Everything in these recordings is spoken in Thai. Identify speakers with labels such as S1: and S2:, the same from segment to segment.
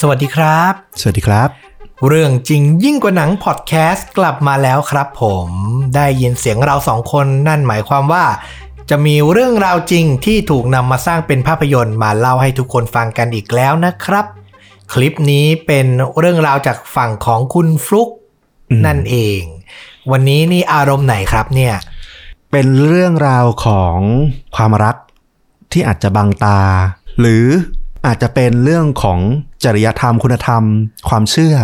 S1: สวัสดีครับ
S2: สวัสดีครับ
S1: เรื่องจริงยิ่งกว่าหนังพอดแคสต์กลับมาแล้วครับผม ได้ยินเสียงเราสองคนนั่นหมายความว่า จะมีเรื่องราวจริงที่ถูกนำมาสร้างเป็นภาพยนตร์มาเล่าให้ทุกคนฟังกันอีกแล้วนะครับ คลิปนี้เป็นเรื่องราวจากฝั่งของคุณฟลุก
S2: อืม
S1: นั่นเอง วันนี้นี่อารมณ์ไหนครับเนี่ย
S2: เป็นเรื่องราวของความรักที่อาจจะบังตา หรืออาจจะเป็นเรื่องของจริยธรรมคุณธรรม ความเชื่อ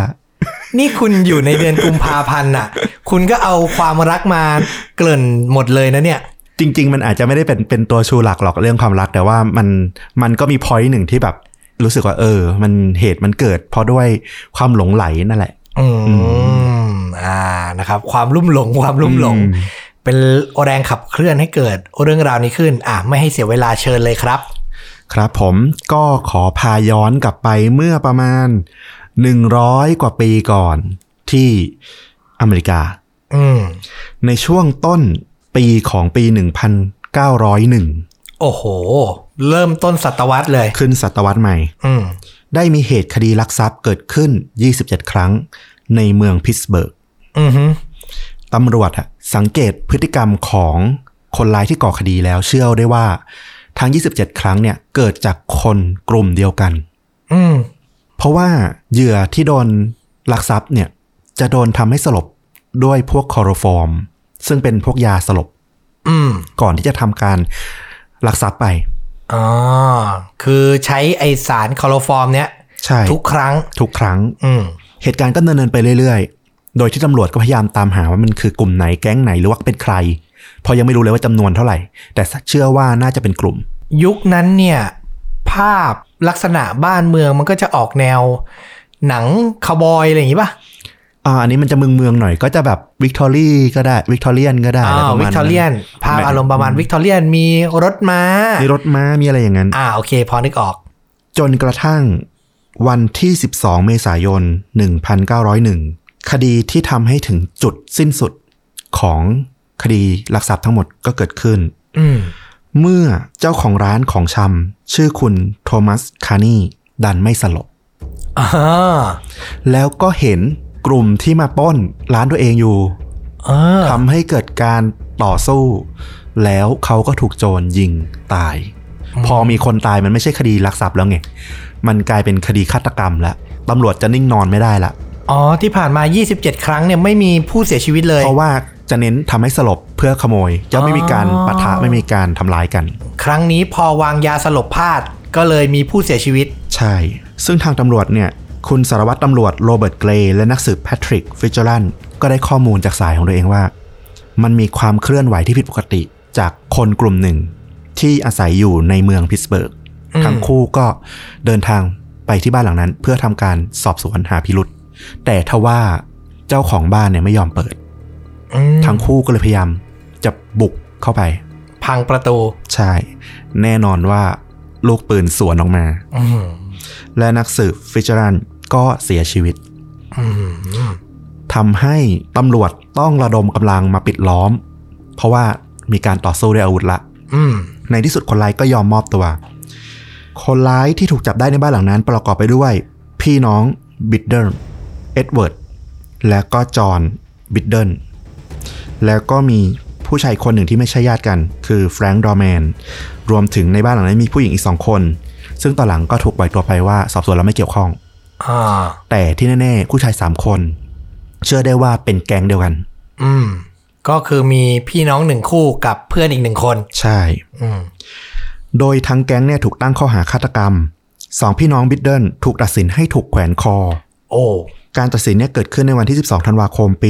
S1: นี่คุณอยู่ในเดือนกุมภาพันธ์น่ะ คุณก็เอาความรักมาเกริ่นหมดเลยนะเนี่ย
S2: จริง ๆ มันอาจจะไม่ได้เป็นเป็นตัวชูหลักหรอกเรื่องความรัก แต่ว่ามันมันก็มีพอยต์หนึ่งที่แบบ รู้สึกว่าเออ มันเหตุมันเกิด เพราะด้วยความหลงไหลนั่นแหละ
S1: อืม อ่า นะครับ ความลุ่มหลง ความลุ่มหลง
S2: อืม
S1: เป็นแรงขับเคลื่อนให้เกิดเรื่องราวนี้ขึ้น อ่ะ ไม่ให้เสียเวลาเชิญเลยครับ
S2: ครับผมก็ขอพาย้อนกลับไปเมื่อประมาณ 100 กว่าปีก่อนที่อเมริกา
S1: อืม
S2: ในช่วงต้นปีของปี 1901
S1: โอ้โห เริ่มต้นศตวรรษเลย
S2: ขึ้นศตวรรษใหม่
S1: อืม
S2: ได้มีเหตุคดีลักทรัพย์เกิดขึ้น 27 ครั้งในเมืองพิตสเบิร์ก
S1: อือหือ
S2: ตำรวจอะสังเกตพฤติกรรมของคนร้ายที่ก่อคดีแล้วเชื่อได้ว่า ทั้ง 27 ครั้งเนี่ยเกิดจากคนกลุ่มเดียวกัน
S1: อืม
S2: เพราะว่าเหยื่อที่โดนลักทรัพย์เนี่ยจะโดนทำให้สลบด้วยพวกคลอโรฟอร์ม ซึ่งเป็นพวกยาสลบ
S1: อืม
S2: ก่อนที่จะทำการลักทรัพย์ไป
S1: อ๋อ คือใช้ไอสารคลอโรฟอร์มเนี้ย
S2: ใช่
S1: ทุกครั้ง
S2: ทุกครั้ง
S1: อืม
S2: เหตุการณ์ก็ดำเนินไปเรื่อยๆ โดยที่ตำรวจก็พยายามตามหาว่ามันคือกลุ่มไหนแก๊งไหนหรือว่าเป็นใคร เพราะยังไม่รู้เลยว่าจำนวนเท่าไหร่ แต่เชื่อว่าน่าจะเป็นกลุ่ม
S1: ยุคนั้นเนี่ย ภาพลักษณะบ้านเมืองมันก็จะออกแนว หนังคาวบอยอะไรอย่างงี้ป่ะ
S2: อ่าอันนี้มันจะเมืองเมืองๆหน่อยก็จะแบบวิกตอรี่ก็ได้วิกตอเรียนก็ได้อะไรประมาณ
S1: วิกตอเรียน ภาพอารมณ์ประมาณวิกตอเรียนมีรถม้า
S2: มีรถม้ามีอะไรอย่างนั้น
S1: อ่าโอเค พอนึกออก
S2: จนกระทั่งวันที่ 12 เมษายน 1901 คดีที่ทำให้ถึงจุดสิ้นสุดของคดีลักทรัพย์ทั้งหมดก็เกิดขึ้น
S1: อืม
S2: เมื่อเจ้าของร้านของชำชื่อคุณโทมัสคาร์นีดันไม่สลบ
S1: อ่า
S2: แล้วก็เห็นกลุ่มที่มาปล้นร้านตัวเองอยู่
S1: เออ
S2: ทำให้เกิดการต่อสู้ แล้วเขาก็ถูกโจรยิงตาย พอมีคนตายมันไม่ใช่คดีลักทรัพย์แล้วไง มันกลายเป็นคดีฆาตกรรมละตำรวจจะนิ่งนอนไม่ได้ละ
S1: อ๋อ ที่ผ่านมา 27 ครั้งเนี่ยไม่มีผู้เสียชีวิตเลย
S2: เพราะว่าจะเน้นทำให้สลบเพื่อขโมย จะไม่มีการปะทะไม่มีการทำร้ายกัน
S1: ครั้งนี้พอวางยาสลบพลาด ก็เลยมีผู้เสียชีวิต
S2: ใช่ ซึ่งทางตำรวจเนี่ย คุณสารวัตรตำรวจโรเบิร์ตเกรย์และนักสืบแพทริกฟิชเจอรันก็ได้ข้อมูลจากสายของตัวเองว่า มันมีความเคลื่อนไหวที่ผิดปกติจากคนกลุ่มหนึ่ง ที่อาศัยอยู่ในเมืองพิตสเบิร์ก
S1: อืม
S2: ทั้งคู่ก็เดินทางไปที่บ้านหลังนั้น เพื่อทำการสอบสวนหาพิรุษแต่ทว่าเจ้าของบ้านเนี่ยไม่ยอมเปิด
S1: อืม
S2: ทั้งคู่ก็เลยพยายามจะบุกเข้าไป
S1: พังประตู
S2: ใช่ แน่นอนว่าลูกปืนสวนออกมา
S1: อืม
S2: และนักสืบฟิชเจอรันก็เสียชีวิต
S1: อืม
S2: ทำให้ตำรวจต้องระดมกำลังมาปิดล้อม เพราะว่ามีการต่อสู้ด้วยอาวุธละ
S1: อืม
S2: ในที่สุดคนร้ายก็ยอมมอบตัว คนร้ายที่ถูกจับได้ในบ้านหลังนั้นประกอบไปด้วย พี่น้องบิดเดิลเอ็ดเวิร์ด และก็จอห์นบิดเดิลแล้วก็มีผู้ชายคนหนึ่งที่ไม่ใช่ญาติกัน คือแฟรงค์ดอร์แมน รวมถึงในบ้านหลังนั้นมีผู้หญิงอีกสองคน ซึ่งตอนหลังก็ถูกปล่อยตัวไปว่าสอบสวนแล้วไม่เกี่ยวข้อง
S1: อ่า
S2: แต่ที่แน่ๆผู้ชายสามคน เชื่อได้ว่าเป็นแก๊งเดียวกัน
S1: อืม ก็คือมีพี่น้องหนึ่งคู่กับเพื่อนอีกหนึ่งคน
S2: ใช่
S1: อืม
S2: โดยทั้งแก๊งเนี่ยถูกตั้งข้อหาฆาตกรรม สองพี่น้องบิดเดิลถูกตัดสินให้ถูกแขวนคอ
S1: โอ้
S2: การตัดสินเนี่ยเกิดขึ้นในวันที่ 12 ธันวาคมปี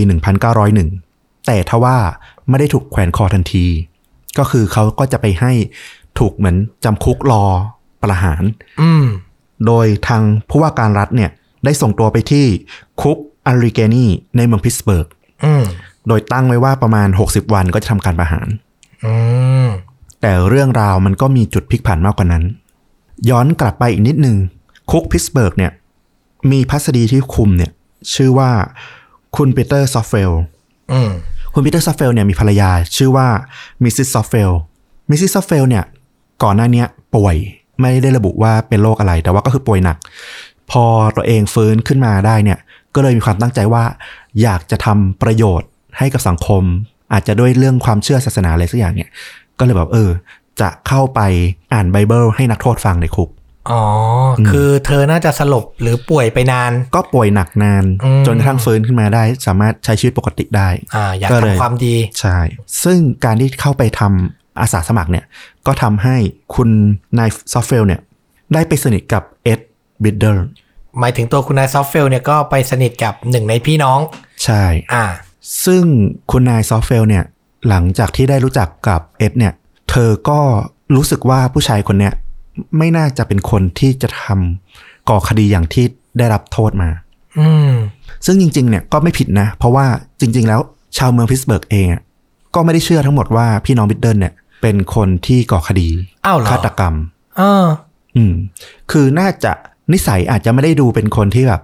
S2: 1901 แต่ทว่าไม่ได้ถูกแขวนคอทันที ก็คือเขาก็จะไปให้ถูกเหมือนจำคุกรอประหาร
S1: อืม
S2: โดยทางผู้ว่าการรัฐเนี่ยได้ส่งตัวไปที่คุกอาริเกนีในเมืองพิตสเบิร์ก
S1: อืม
S2: โดยตั้งไว้ว่าประมาณ 60 วันก็จะทำการประหาร
S1: อืม
S2: แต่เรื่องราวมันก็มีจุดพลิกผันมากกว่านั้น ย้อนกลับไปอีกนิดนึง คุกพิตสเบิร์กเนี่ย มีพัสดีที่คุมเนี่ย ชื่อว่าคุณปีเตอร์ซอฟเฟล
S1: อืม
S2: คุณปีเตอร์ซอฟเฟลเนี่ยมีภรรยาชื่อว่ามิสซิสซอฟเฟล มิสซิสซอฟเฟลเนี่ย ก่อนหน้าเนี้ยป่วยไม่ได้ระบุว่าเป็นโรคอะไร แต่ว่าก็คือป่วยหนัก พอตัวเองฟื้นขึ้นมาได้เนี่ย ก็เลยมีความตั้งใจว่า อยากจะทำประโยชน์ให้กับสังคม อาจจะด้วยเรื่องความเชื่อศาสนาอะไรสักอย่างเนี่ย ก็เลยแบบเออ จะเข้าไปอ่านไบเบิลให้นักโทษฟังในคุก
S1: อ๋ออ
S2: ม
S1: คือเธอน่าจะสลบหรือป่วยไปนาน
S2: ก็ป่วยหนักนาน
S1: อืม
S2: จนกระทั่งฟื้นขึ้นมาได้ สามารถใช้ชีวิตปกติได้
S1: อ่า อยาก
S2: ก็เลย
S1: ทำความดี
S2: ใช่ ซึ่งการที่เข้าไปทำอาสาสมัครเนี่ย ก็ทำให้คุณนายซอฟเฟลเนี่ย ได้ไปสนิทกับเอ็ดบิดเดอร์
S1: หมายถึงตัวคุณนายซอฟเฟลเนี่ยก็ไปสนิทกับหนึ่งในพี่น้อง
S2: ใช่
S1: อ่า
S2: ซึ่งคุณนายซอฟเฟลเนี่ย หลังจากที่ได้รู้จักกับเอ็ดเนี่ย เธอก็รู้สึกว่าผู้ชายคนเนี้ยไม่น่าจะเป็นคนที่จะทำก่อคดีอย่างที่ได้รับโทษมา
S1: อืม
S2: ซึ่งจริงๆ เนี่ยก็ไม่ผิดนะ เพราะว่าจริง ๆ แล้วชาวเมืองพิตสเบิร์กเองอะก็ไม่ได้เชื่อทั้งหมดว่าพี่น้องบิดเดิลเนี่ย เป็นคนที่ก่อคดี
S1: อ้าวเหรอ
S2: ฆาตกรรม
S1: เออ
S2: อืม คือน่าจะนิสัยอาจจะไม่ได้ดูเป็นคนที่แบบ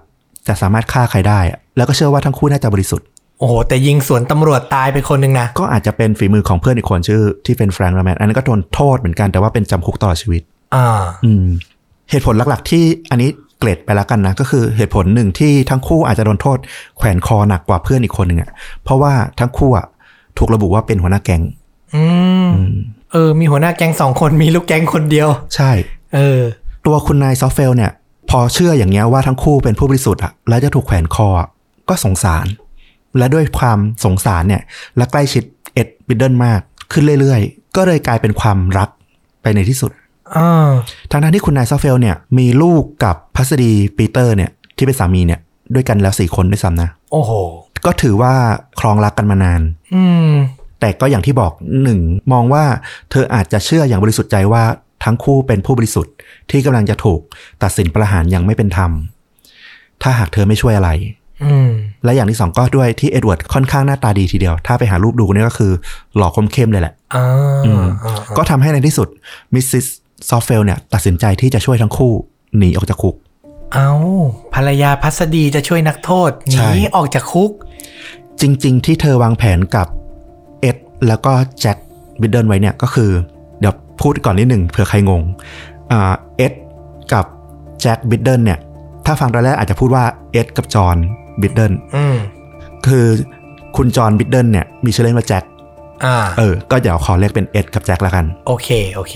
S2: จะสามารถฆ่าใครได้อะแล้วก็เชื่อว่าทั้งคู่น่าจะบริสุทธิ์
S1: โอ้โห แต่ยิงสวนตำรวจตายไปคนหนึ่งนะ
S2: ก็อาจจะเป็นฝีมือของเพื่อนอีกคนชื่อที่เป็นแฟรงค์ลาแมนอันนั้นก็โดนโทษเหมือนกันแต่ว่าเป็นจำคุกตลอดชีวิต
S1: อ่า
S2: อืม เหตุผลหลักๆ ที่อันนี้เกรดไปแล้วกันนะ ก็คือเหตุผลหนึ่งที่ทั้งคู่อาจจะโดนโทษ แขวนคอหนักกว่าเพื่อนอีกคนหนึ่งอะ่ะเพราะว่าทั้งคู่อะถูกระบุว่าเป็นหัวหน้าแก๊ง
S1: อืม เออ มีหัวหน้าแก๊งสองคนมีลูกแก๊งคนเดียว
S2: ใช่
S1: เออ
S2: ตัวคุณนายซอฟเฟลเนี่ย พอเชื่ออย่างเงี้ยว่าทั้งคู่เป็นผู้บริสุทธิ์อะแล้วจะถูกแขวนคออะก็สงสาร และด้วยความสงสารเนี่ย และใกล้ชิดเอ็ดบิดเดิลมากขึ้นเรื่อยๆ ก็เลยกลายเป็นความรักไปในที่สุด
S1: อ่า
S2: ทางด้านที่คุณนายซอฟเฟลเนี่ยมีลูกกับพัสดีปีเตอร์เนี่ยที่เป็นสามีเนี่ยด้วยกันแล้วสี่คนด้วยซ้ำนะ
S1: โอ้โห
S2: ก็ถือว่าครองรักกันมานาน
S1: อืม
S2: แต่ก็อย่างที่บอกหนึ่งมองว่าเธออาจจะเชื่ออย่างบริสุทธิ์ใจว่าทั้งคู่เป็นผู้บริสุทธิ์ที่กำลังจะถูกตัดสินประหารอย่างไม่เป็นธรรม ถ้าหากเธอไม่ช่วยอะไร
S1: อืม
S2: และอย่างที่สองก็ด้วยที่เอ็ดเวิร์ดค่อนข้างหน้าตาดีทีเดียว ถ้าไปหารูปดูเนี่ยก็คือหล่อคมเข้มเลยแหละ
S1: อ่า
S2: อืม
S1: อ่า
S2: ก็ทำให้ในที่สุดมิสซิสซอฟเฟลเนี่ยตัดสินใจที่จะช่วยทั้งคู่หนีออกจากคุก
S1: เอาภรรยาพัสดีจะช่วยนักโทษห
S2: ใช่
S1: นีออกจากคุก
S2: จริง ๆ ที่เธอวางแผนกับเอ็ดแล้วก็แจ็คบิดเดิลไว้เนี่ยก็คือ เดี๋ยวพูดก่อนนิดหนึ่งเผื่อใครงงอ่าเอ็ดกับแจ็คบิดเดิลเนี่ย ถ้าฟังตอนแรกอาจจะพูดว่าเอ็ดกับจอห์นบิดเดิล
S1: อืม
S2: คือคุณจอห์นบิดเดิลเนี่ยมีชื่อเล่นว่าแจ็ค
S1: อ่า
S2: เออ ก็เดี๋ยวขอเรียกเป็นเอ็ดกับแจ็คละกัน
S1: โอเค โอเค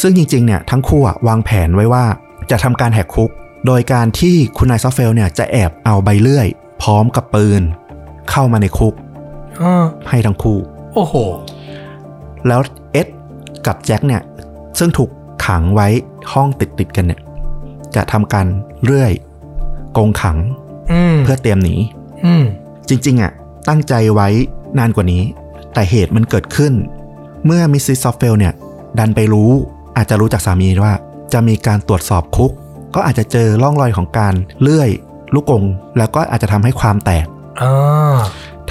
S2: ซึ่งจริงๆ เนี่ยทั้งคู่อะวางแผนไว้ว่าจะทำการแหกคุก โดยการที่คุณนายซอฟเฟลเนี่ยจะแอบเอาใบเลื่อย พร้อมกับปืน เข้ามาในคุก
S1: อ่า
S2: ให้ทั้งคู่
S1: โอ้โห
S2: แล้วเอ็ดกับแจ็คเนี่ย ซึ่งถูกขังไว้ห้องติดติดๆกันเนี่ย จะทำการเรื่อยกรงขัง
S1: อืม
S2: เพื่อเตรียมหนี
S1: อืม
S2: จริงๆอ่ะตั้งใจไว้นานกว่านี้ แต่เหตุมันเกิดขึ้น เมื่อมิสซิสซอฟเฟลเนี่ย ดันไปรู้อาจจะรู้จากสามีว่า จะมีการตรวจสอบคุก ก็อาจจะเจอร่องรอยของการเลื่อยลูกกรงแล้วก็อาจจะทำให้ความแตก
S1: อ่า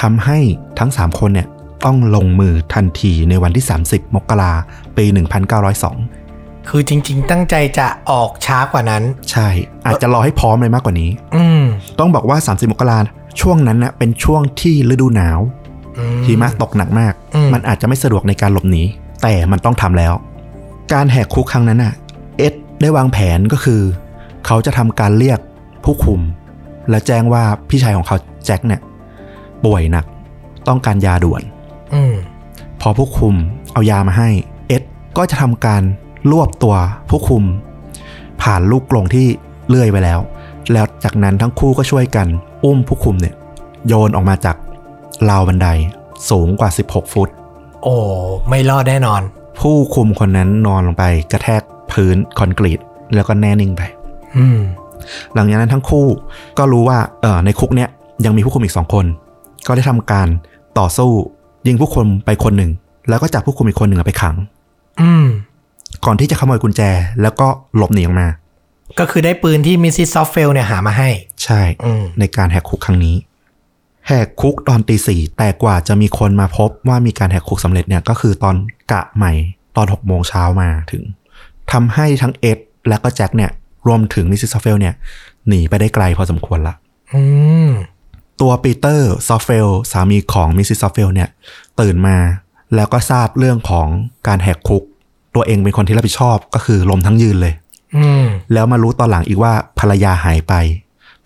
S2: ทำให้ทั้ง 3 คนเนี่ยต้องลงมือทันทีในวันที่ 30 มกราปี 1902
S1: คือจริง ๆ ตั้งใจจะออกช้ากว่านั้น
S2: ใช่ อาจจะรอให้พร้อมเลยมากกว่านี้
S1: อืม
S2: ต้องบอกว่า 30 มกราช่วงนั้นนะเป็นช่วงที่ฤดูหนาว
S1: อื
S2: หิมะตกหนักมาก
S1: อืม
S2: มันอาจจะไม่สะดวกในการหลบหนี แต่มันต้องทำแล้ว การแหกคุกครั้งนั้นน่ะ เอ็ดได้วางแผนก็คือ เขาจะทำการเรียกผู้คุม และแจ้งว่าพี่ชายของเขาแจ็คเนี่ย ป่วยหนัก ต้องการยาด่วน
S1: อืม
S2: พอผู้คุมเอายามาให้ เอ็ดก็จะทำการรวบตัวผู้คุม ผ่านลูกกรงที่เลื่อยไปแล้ว แล้วจากนั้นทั้งคู่ก็ช่วยกัน อุ้มผู้คุมเนี่ย โยนออกมาจากราวบันไดสูงกว่า 16 ฟุต
S1: โอ้ ไม่รอดแน่นอน
S2: ผู้คุมคนนั้นนอนลงไป กระแทกพื้นคอนกรีต แล้วก็แน่นิ่งไป
S1: อืม
S2: หลังจากนั้นทั้งคู่ก็รู้ว่าเออในคุกเนี่ยยังมีผู้คุมอีกสองคน ก็ได้ทำการต่อสู้ ยิงผู้คุมไปคนหนึ่ง แล้วก็จับผู้คุมอีกคนหนึ่งเอาไปขัง
S1: อืม
S2: ก่อนที่จะขโมยกุญแจแล้วก็หลบหนีออกมา
S1: ก็คือได้ปืนที่มิสซิสซอฟเฟลเนี่ยหามาให้
S2: ใช่
S1: อืม
S2: ในการแหกคุกครั้งนี้ แหกคุกตอนตีสี่แต่กว่าจะมีคนมาพบว่ามีการแหกคุกสำเร็จเนี่ยก็คือตอนกะใหม่ตอนหกโมงเช้ามาถึงทำให้ทั้งเอ็ดและก็แจ็คเนี่ยรวมถึงมิสซิสซอฟเฟลเนี่ยหนีไปได้ไกลพอสมควรละ
S1: อืม
S2: ตัวปีเตอร์ซอฟเฟลสามีของมิสซิสซอฟเฟลเนี่ยตื่นมาแล้วก็ทราบเรื่องของการแหกคุก ตัวเองเป็นคนที่รับผิดชอบก็คือลมทั้งยืนเลย
S1: อืม
S2: แล้วมารู้ตอนหลังอีกว่าภรรยาหายไป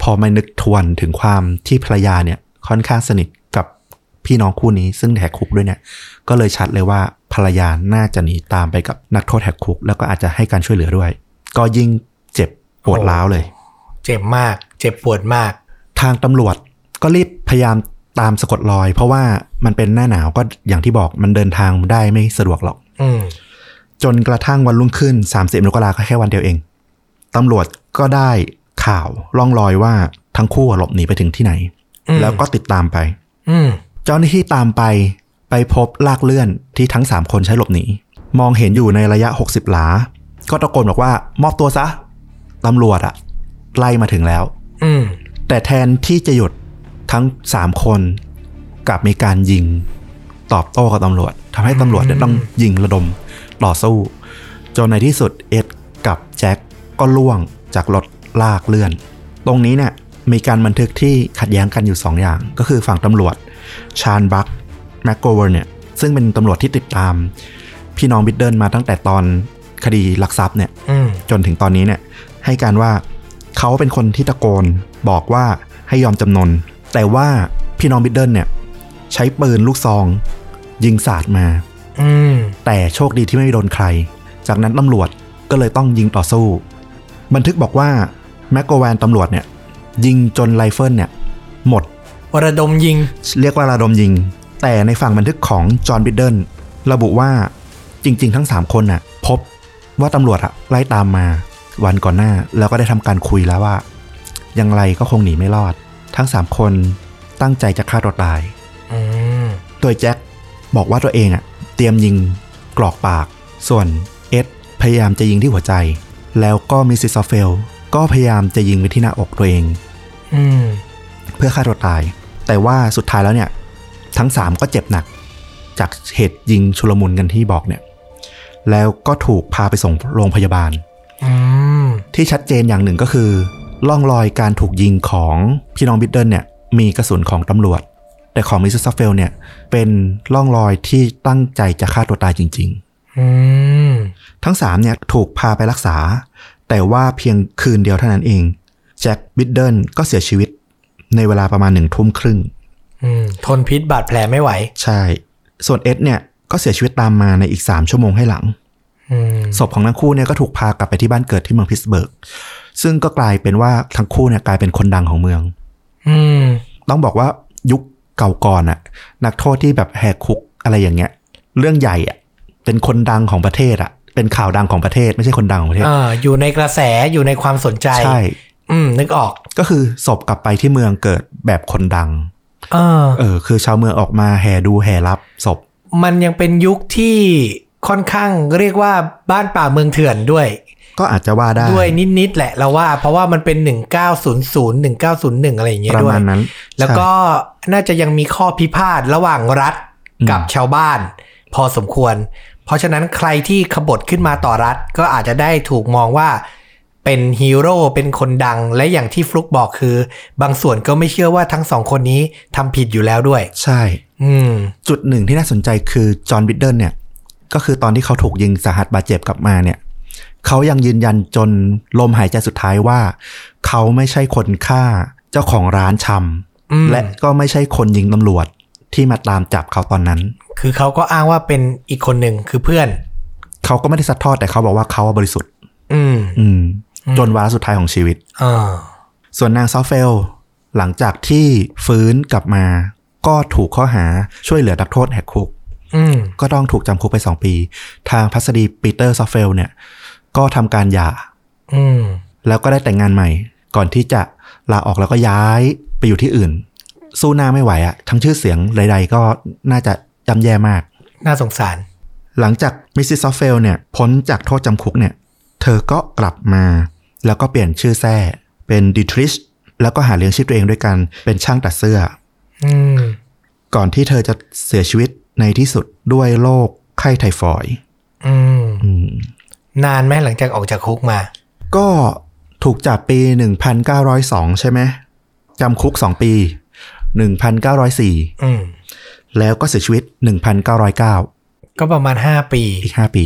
S2: พอมานึกทวนถึงความที่ภรรยาเนี่ยค่อนข้างสนิทกับพี่น้องคู่นี้ซึ่งแหกคุกด้วยเนี่ย ก็เลยชัดเลยว่าภรรยาน่าจะหนีตามไปกับนักโทษแหกคุก แล้วก็อาจจะให้การช่วยเหลือด้วย ก็ยิ่งเจ็บปวดร้าวเลย
S1: เจ็บมาก เจ็บปวดมาก
S2: ทางตำรวจก็รีบพยายามตามสะกดรอย เพราะว่ามันเป็นหน้าหนาวก็อย่างที่บอกมันเดินทางได้ไม่สะดวกหรอก
S1: อืม
S2: จนกระทั่งวันรุ่งขึ้น 30มกราคมก็แค่วันเดียวเอง ตำรวจก็ได้ข่าวล่องรอยว่าทั้งคู่หลบหนีไปถึงที่ไหน
S1: อืม
S2: แล้วก็ติดตามไป
S1: อืม
S2: เจ้าหน้าที่ตามไปไปพบลากเลื่อนที่ทั้ง 3 คนใช้หลบหนี มองเห็นอยู่ในระยะ 60 หลา ก็ตะโกนบอกว่ามอบตัวซะ ตำรวจอะไล่มาถึงแล้ว
S1: อืม
S2: แต่แทนที่จะหยุดทั้ง 3 คนกลับมีการยิงตอบโต้กับตำรวจทำให้ตำรวจเนี่ยต้องยิงระดมต่อสู้ จนในที่สุดเอ็ดกับแจ็คก็ล่วงจากรถลากเลื่อน ตรงนี้เนี่ยมีการบันทึกที่ขัดแย้งกันอยู่ 2 อย่าง ก็คือฝั่งตำรวจชาญบัคแมกโกเวอร์เนี่ยซึ่งเป็นตำรวจที่ติดตาม พี่น้องบิดเดิลมาตั้งแต่ตอนคดีลักทรัพย์เนี่ย
S1: อืม
S2: จนถึงตอนนี้เนี่ยให้การว่าเขาเป็นคนที่ตะโกนบอกว่าให้ยอมจำนน แต่ว่าพี่น้องบิดเดิลเนี่ยใช้ปืนลูกซอง ยิงสาดมา
S1: อืม
S2: แต่โชคดีที่ไม่โดนใคร จากนั้นตำรวจก็เลยต้องยิงต่อสู้ บันทึกบอกว่าแมกโกแวนตำรวจเนี่ยยิงจนไรเฟิลเนี่ยหมด
S1: ระดมยิง
S2: เรียกว่าระดมยิง แต่ในฝั่งบันทึกของจอห์นบิดเดิลระบุว่าจริง ๆ ทั้ง 3 คนน่ะ พบว่าตำรวจอะไล่ตามมา วันก่อนหน้าแล้วก็ได้ทำการคุยแล้วว่า ยังไรก็คงหนีไม่รอด ทั้ง 3 คนตั้งใจจะฆ่าตัวตาย
S1: อืม
S2: โดยแจ็คบอกว่าตัวเองอะเตรียมยิงกรอกปาก ส่วนเอ็ดพยายามจะยิงที่หัวใจ แล้วก็มิสซิสซอฟเฟลก็พยายามจะยิงไปที่หน้าอกตัวเอง
S1: อืม
S2: เพื่อฆ่าตัวตาย แต่ว่าสุดท้ายแล้วเนี่ย ทั้ง 3 ก็เจ็บหนัก จากเหตุยิงชุลมุนกันที่บอกเนี่ย แล้วก็ถูกพาไปส่งโรงพยาบาล
S1: อืม
S2: ที่ชัดเจนอย่างหนึ่งก็คือล่องรอยการถูกยิงของพี่น้องบิดเดิลเนี่ย มีกระสุนของตำรวจ แต่ของมิสซิสซัฟเฟลเนี่ย เป็นล่องรอยที่ตั้งใจจะฆ่าตัวตายจริง ๆ
S1: อืม
S2: ทั้งสามเนี่ยถูกพาไปรักษา แต่ว่าเพียงคืนเดียวเท่านั้นเอง แจ็คบิดเดิลก็เสียชีวิตในเวลาประมาณหนึ่งทุ่มครึ่ง
S1: อืม ทนพิษบาดแผลไม่ไหว
S2: ใช่ ส่วนเอ็ดเนี่ยก็เสียชีวิตตามมาในอีก 3 ชั่วโมงให้หลัง
S1: อืม
S2: ศพของทั้งคู่เนี่ยก็ถูกพากลับไปที่บ้านเกิดที่เมืองพิตสเบิร์ก ซึ่งก็กลายเป็นว่าทั้งคู่เนี่ยกลายเป็นคนดังของเมือง
S1: อืม
S2: ต้องบอกว่ายุคเก่าก่อนอะนักโทษที่แบบแหกคุกอะไรอย่างเงี้ย เรื่องใหญ่อะเป็นคนดังของประเทศอะเป็นข่าวดังของประเทศ ไม่ใช่คนดังของประเทศ
S1: อ่า อยู่ในกระแส อยู่ในความสนใจ
S2: ใช่
S1: อืม นึกออก
S2: ก็คือศพกลับไปที่เมืองเกิดแบบคนดัง
S1: เออ
S2: เออ คือชาวเมืองออกมาแห่ดูแห่รับศพ
S1: มันยังเป็นยุคที่ค่อนข้างเรียกว่าบ้านป่าเมืองเถื่อนด้วย
S2: ก็อาจจะว่าได้
S1: ด้วยนิด ๆ แหละเราว่า เพราะว่ามันเป็น 1900 1901 อะไรอย่างเงี้ย
S2: ประ
S1: ด้วย
S2: มาณนั้น
S1: แล้วก็น่าจะยังมีข้อพิพาทระหว่างรัฐกับ
S2: อืม
S1: ชาวบ้าน พอสมควร เพราะฉะนั้นใครที่ขบฏขึ้นมาต่อรัฐก็อาจจะได้ถูกมองว่าเป็นฮีโร่เป็นคนดังและอย่างที่ฟลุกบอกคือ บางส่วนก็ไม่เชื่อว่าทั้งสองคนนี้ทำผิดอยู่แล้วด้วย
S2: ใช่
S1: อืม
S2: จุดหนึ่งที่น่าสนใจคือจอห์นบิดเดิลเนี่ย ก็คือตอนที่เขาถูกยิงสาหัสบาดเจ็บกลับมาเนี่ย เขายังยืนยันจนลมหายใจสุดท้ายว่า เขาไม่ใช่คนฆ่าเจ้าของร้านช
S1: อืม
S2: ำและก็ไม่ใช่คนยิงตำรวจที่มาตามจับเขาตอนนั้น
S1: คือเขาก็อ้างว่าเป็นอีกคนหนึ่งคือเพื่อน
S2: เขาก็ไม่ได้สัดทอดแต่เขาบอกว่าเขาบริสุทธิ์
S1: อืม
S2: อืม จนวาระสุดท้ายของชีวิต
S1: อ่า
S2: ส่วนนางซอฟเฟล หลังจากที่ฟื้นกลับมา ก็ถูกข้อหาช่วยเหลือนักโทษแหกคุก
S1: อืม
S2: ก็ต้องถูกจำคุกไป 2 ปี ทางพัสดีปีเตอร์ซอฟเฟลเนี่ย ก็ทำการหย่า
S1: อืม
S2: แล้วก็ได้แต่งงานใหม่ ก่อนที่จะลาออกแล้วก็ย้ายไปอยู่ที่อื่น สู้หน้าไม่ไหวอะทั้งชื่อเสียงใดๆก็น่าจะย่ำแย่มาก
S1: น่าสงสาร
S2: หลังจากมิสซิสซอฟเฟลเนี่ยพ้นจากโทษจำคุกเนี่ย เธอก็กลับมา แล้วก็เปลี่ยนชื่อแท้เป็นดิทริชแล้วก็หาเลี้ยงชีพตัวเองด้วยกันเป็นช่างตัดเสื้อ
S1: อืม
S2: ก่อนที่เธอจะเสียชีวิตในที่สุดด้วยโรคไข้ไทฟอยด์
S1: อืม
S2: อืม
S1: นานไหมหลังจากออกจากคุกมา
S2: ก็ถูกจับปี 1902 ใช่ไหมจำคุก 2 ปี 1904
S1: อืม
S2: แล้วก็เสียชีวิต 1909
S1: ก็ประมาณห้าปี
S2: อีก 5 ปี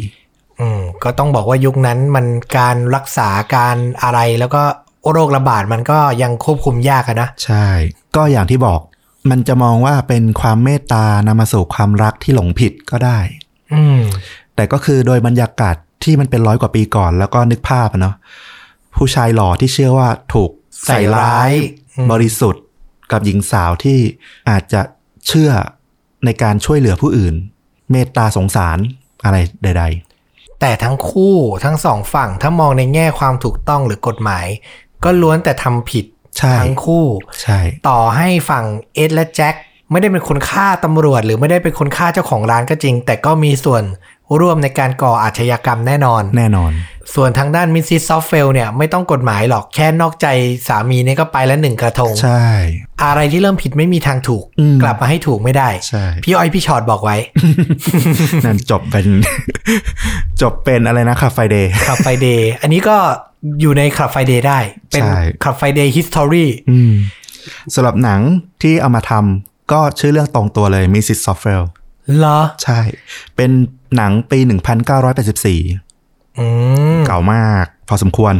S1: อืม ก็ต้องบอกว่ายุคนั้นมันการรักษาการอะไรแล้วก็โรคระบาดมันก็ยังควบคุมยากอะนะ
S2: ใช่ ก็อย่างที่บอก มันจะมองว่าเป็นความเมตตานำมาสู่ความรักที่หลงผิดก็ได้
S1: อืม
S2: แต่ก็คือโดยบรรยากาศที่มันเป็นร้อยกว่าปีก่อน แล้วก็นึกภาพอะเนาะผู้ชายหล่อที่เชื่อว่าถูก
S1: ใส่ร้าย
S2: บริสุทธิ์กับหญิงสาวที่อาจจะเชื่อในการช่วยเหลือผู้อื่น เมตตาสงสารอะไรใด
S1: แต่ทั้งคู่ทั้งสองฝั่งถ้ามองในแง่ความถูกต้องหรือกฎหมาย ก็ล้วนแต่ทำผิด
S2: ใช่
S1: ทั้งคู่
S2: ๆ ใช่
S1: ต่อให้ฝั่งเอ็ดและแจ็คไม่ได้เป็นคนฆ่าตำรวจ หรือไม่ได้เป็นคนฆ่าเจ้าของร้านก็จริง แต่ก็มีส่วนร่วมในการก่ออาชญากรรมแน่นอน
S2: แน่นอน
S1: ส่วนทางด้านมิสซิสซอฟเฟลเนี่ยไม่ต้องกฎหมายหรอกแค่นอกใจสามีเนี่ยก็ไปแล้วหนึ่งกระทง
S2: ใช่
S1: อะไรที่เริ่มผิดไม่มีทางถูก
S2: อืม
S1: กลับมาให้ถูกไม่ได้
S2: ใช่
S1: พี่อ้อยพี่ชอดบอก ไว้
S2: นั่นจบเป็น จบเป็นอะไรนะคาไฟเดย์
S1: คลับไฟเดย์อันนี้ก็อยู่ในคลับไฟเดย์ได้ เป็น
S2: ใช่
S1: คลับไฟเดย์ฮิสตอรี
S2: อืมสำหรับหนังที่เอามาทำก็ชื่อเรื่องตรงตัวเลย Mrs. s o f f e l
S1: เหรอ
S2: ใช่ เป็นหนังปี 1984
S1: อืม
S2: เก่ามาก พอสมควร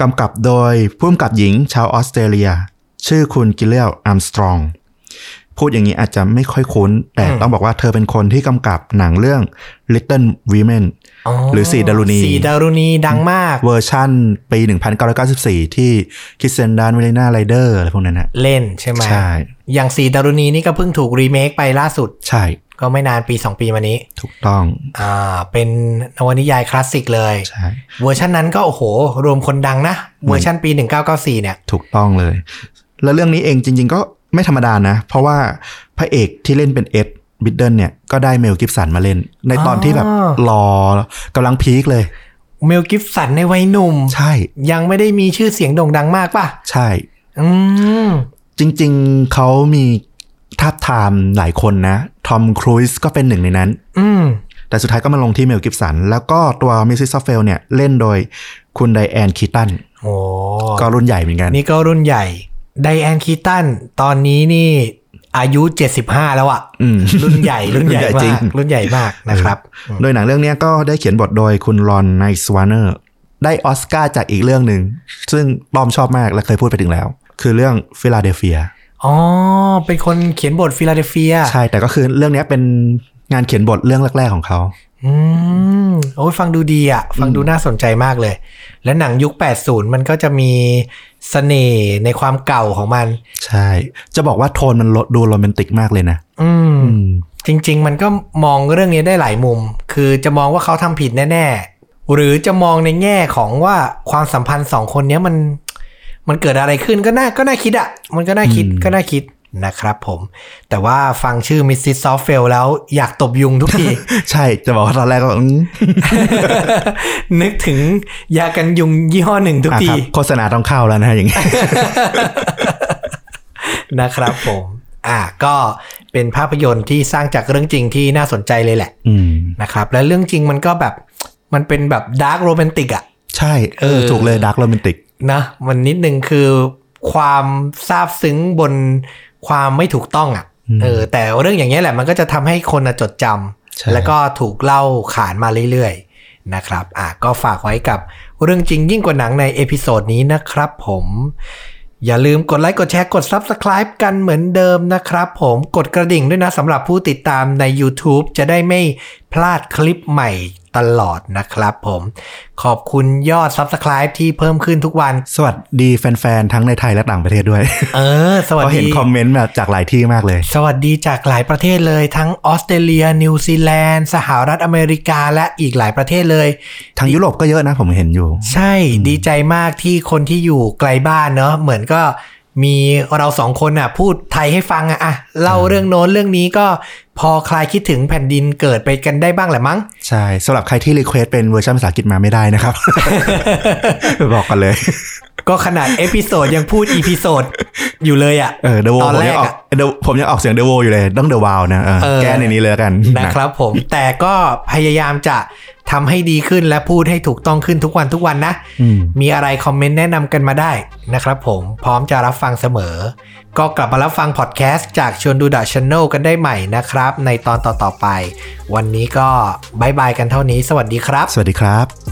S2: กำกับโดยผู้กำกับหญิงชาวออสเตรเลีย ชื่อคุณกิเลลอัมสตรอง พูดอย่างนี้อาจจะไม่ค่อยคุ้น แต่ต้องบอกว่าเธอเป็นคนที่กำกับหนังเรื่อง Little Women หรือสีดารุณี
S1: สีดารุณีดังมาก
S2: เวอร์ชั่นปี 1994 ที่คิสเซนดานเวเลน่าไรเดอร์อะไรพวกนั้นนะ
S1: เล่นใช่ไหม
S2: ใช่
S1: อย่างสีดารุณีนี่ก็เพิ่งถูกรีเมคไปล่าสุด
S2: ใช่
S1: ก็ไม่นานปี 2 ปีมานี้
S2: ถูกต้อง
S1: อ่า เป็นนวนิยายคลาสสิกเลย
S2: ใช่
S1: เวอร์ชันนั้นก็โอ้โห รวมคนดังนะ เวอร์ชันปี 1994 เนี่ย
S2: ถูกต้องเลย แล้วเรื่องนี้เองจริง ๆ ก็ไม่ธรรมดานะ เพราะว่าพระเอกที่เล่นเป็นเอ็ดบิดเดิลเนี่ยก็ได้เมลกิฟสันมาเล่น ในตอน
S1: อ๋อ
S2: ที่แบบรอกำลังพีคเลย
S1: เมลกิฟสันในวัยหนุ่ม
S2: ใช่
S1: ยังไม่ได้มีชื่อเสียงโด่งดังมากป่ะ
S2: ใช่
S1: อืม
S2: จริง ๆเขามีทาบทามหลายคนนะ ทอมครูซก็เป็นหนึ่งในนั้น
S1: อืม
S2: แต่สุดท้ายก็มาลงที่เมลกิฟสัน แล้วก็ตัวมิสซิสซอฟเฟลเนี่ยเล่นโดยคุณไดแอนคีตัน
S1: โอ้
S2: ก็รุ่นใหญ่เหมือนกัน
S1: นี่ก็รุ่นใหญ่ ไดแอนคีตัน ตอนนี้นี่อายุ 75 แล้วอะ
S2: อืม
S1: รุ่นให ญ่ รุ่นใหญ่
S2: รุ่นใหญ่จริ
S1: มาง ก รุ่นใหญ่มากนะครับ
S2: โดยหนังเรื่องเนี้ยก็ได้เขียนบทโดยคุณรอนไนสวานเนอร์ ได้ออสการ์จากอีกเรื่องหนึ่ง ซึ่งป้อมชอบมากและเคยพูดไปถึงแล้ว คือเรื่องฟิลาเดลเฟีย
S1: อ๋อ เป็นคนเขียนบทฟิลาเดลเฟีย
S2: ใช่แต่ก็คือเรื่องเนี้ยเป็นงานเขียนบทเรื่องแรก ๆ ของเขา
S1: อืม โอ้ยฟังดูดีอ่ะ ฟังดูน่าสนใจมากเลย และหนังยุค 80 มันก็จะมีเสน่ห์ในความเก่าของมัน
S2: ใช่ จะบอกว่าโทนมันลดดูโรแมนติกมากเลยนะ
S1: อืม
S2: อืม
S1: จริง ๆ มันก็มองเรื่องนี้ได้หลายมุม คือจะมองว่าเขาทำผิดแน่ ๆ หรือจะมองในแง่ของว่าความสัมพันธ์สองคนเนี้ยมัน มันเกิดอะไรขึ้นก็น่าก็น่าคิดอ่ะ มันก็น่าคิดก็น่าคิดนะครับผม แต่ว่าฟังชื่อมิสซิสซอฟเฟลแล้วอยากตบยุงทุก ที
S2: ใช่จะบอกว่าตอนแรกก็อืม
S1: นึกถึงยากันยุงยี่ห้อหนึ่งทุก
S2: อ่ะ
S1: ที
S2: ครับโฆษณาต้องเข้าแล้วนะ อย่างนี้
S1: นะครับผม อ่าก็เป็นภาพยนตร์ที่สร้างจากเรื่องจริงที่น่าสนใจเลยแหละ
S2: อืม
S1: นะครับ และเรื่องจริงมันก็แบบมันเป็นแบบดาร์กโรแมนติกอ่ะ
S2: ใช่เออ
S1: เออ
S2: ถูกเลยดาร์กโรแมนติก
S1: นะมันนิดนึงคือความซาบซึ้งบนความไม่ถูกต้องอ่ะเออแต่เรื่องอย่างเงี้ยแหละมันก็จะทำให้คนน่ะจดจำ
S2: ใช่
S1: แล้วก็ถูกเล่าขานมาเรื่อยๆนะครับอ่ะก็ฝากไว้กับเรื่องจริงยิ่งกว่าหนังในเอพิโซดนี้นะครับผม อย่าลืมกดไลค์กดแชร์กด Subscribe กันเหมือนเดิมนะครับผมกดกระดิ่งด้วยนะสำหรับผู้ติดตามใน YouTube จะได้ไม่พลาดคลิปใหม่ตลอดนะครับผม ขอบคุณยอด Subscribe ที่เพิ่มขึ้นทุกวัน
S2: สวัสดีแฟนๆทั้งในไทยและต่างประเทศด้วย
S1: เออ ส
S2: เพ
S1: วัส
S2: ราะเห็น
S1: ดี
S2: คอมเมนต์มาจากหลายที่มากเลย
S1: สวัสดีจากหลายประเทศเลยทั้งออสเตรเลีย นิวซีแลนด์ สหรัฐอเมริกาและอีกหลายประเทศเลย
S2: ทางยุโรปก็เยอะนะผมเห็นอยู่
S1: ใช่ดีใจมากที่คนที่อยู่ไกลบ้านเนอะเหมือนก็มีเราสองคนอ่ะ พูดไทยให้ฟังอ่ะอะเล่าเรื่องโน้นเรื่องนี้ก็พอคลายคิดถึงแผ่นดินเกิดไปกันได้บ้างแหละมั้ง
S2: ใช่สำหรับใครที่รีเควสเป็นเวอร์ชันภาษาอังกฤษมาไม่ได้นะครับ บอกกันเลย
S1: ก็ขนาดเอพิโซดยังพูดอีพิโซด อยู่เลยอ่ะ
S2: เออเดว
S1: ตอน
S2: ผม
S1: แร
S2: ยัง
S1: ก
S2: ออก
S1: อะ
S2: เดวผมยังออกเสียงเดวอยู่เลยต้องเดวาวนะเออ
S1: เออ
S2: แก้ในนี้เลยละกัน
S1: นะครับผม แต่ก็พยายามจะทำให้ดีขึ้นและพูดให้ถูกต้องขึ้นทุกวันทุกวันนะ
S2: อืม
S1: มีอะไรคอมเมนต์แนะนำกันมาได้นะครับผมพร้อมจะรับฟังเสมอ ก็กลับมารับฟังพอดแคสต์จากชวนดูดะชแนลกันได้ใหม่นะครับ ในตอนต่อๆไป วันนี้ก็บายบายกันเท่านี้ สวัสดีครับ
S2: สวัสดีครับ